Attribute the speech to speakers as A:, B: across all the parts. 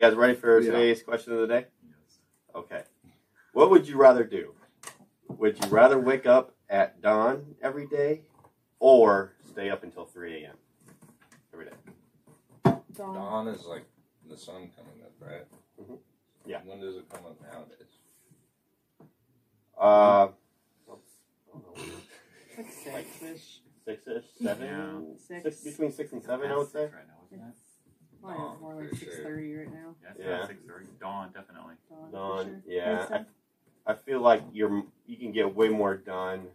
A: You guys ready for
B: Yeah.
A: today's question of the day? Okay. What would you rather do? Would you rather wake up at dawn every day or stay up until 3 a.m. every day?
C: Dawn.
D: Dawn is like the sun coming up, right?
A: Mhm. Yeah.
D: When does it come up nowadays?
A: Uh,
C: Like six-ish.
A: six ish, seven?
C: Six.
A: Six, between six and seven, I would say.
E: Right now,
C: It's
E: isn't it?
C: probably
D: Dawn,
C: more like
D: for sure.
C: six thirty right now.
E: Yeah, it's
A: Yeah.
E: about six thirty. Dawn, definitely.
C: Dawn.
A: Dawn,
C: For sure.
A: yeah.
C: Think
A: I feel like you're you can get way more done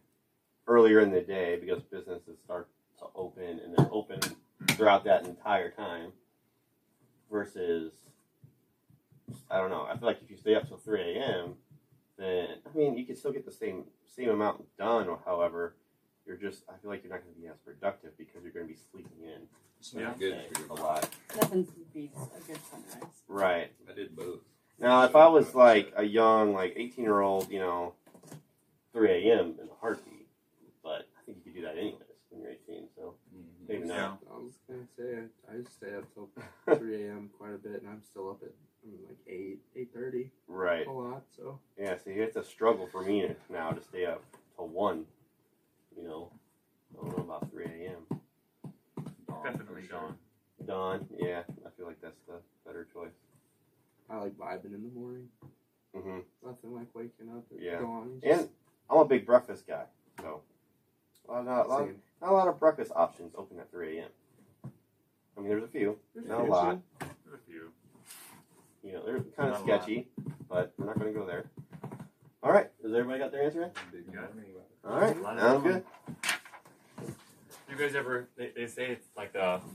A: earlier in the day because businesses start to open and they're open throughout that entire time. Versus, I don't know. I feel like if you stay up till three a.m., then I mean you can still get the same same amount done. Or however, you're just I feel like you're not going to be as productive because you're going to be sleeping in
D: It's not
E: Yeah.
D: good for your
A: a lot.
C: so. Nothing beats a good sunrise.
A: Right.
D: I did both.
A: Now, if I was like a young, like eighteen year old, you know, three a.m. in a heartbeat, but I think you could do that anyways when you're eighteen. So
D: Mhm.
A: maybe not.
B: I was gonna say I, I stay up till
A: Yeah.
B: three a.m. quite a bit, and I'm still up at I mean, like eight, eight thirty
A: right?
B: a lot. So
A: Yeah. See, it's a struggle for me now to stay up till one. You know, I don't know about three a.m.
D: Dawn,
E: Definitely
D: for sure.
E: dawn.
A: Dawn. Yeah, I feel like that's the better choice.
B: I like vibing in the morning.
A: hmm
B: Nothing like waking up at
A: Yeah.
B: dawn. It's
A: And I'm a big breakfast guy, so a lot, not, a lot,
B: same.
A: not a lot of breakfast options open at three a.m. I mean, there's a few, not a lot.
E: There's a few.
A: you know, they're kind of
E: Not a lot.
A: sketchy, but we're not going to go there. All right. Has everybody got their answer in?
D: Big
E: Yeah.
D: morning about
A: All right.
E: A lot of
A: Sounds
E: them.
A: good.
E: You guys ever? They, they say it's like the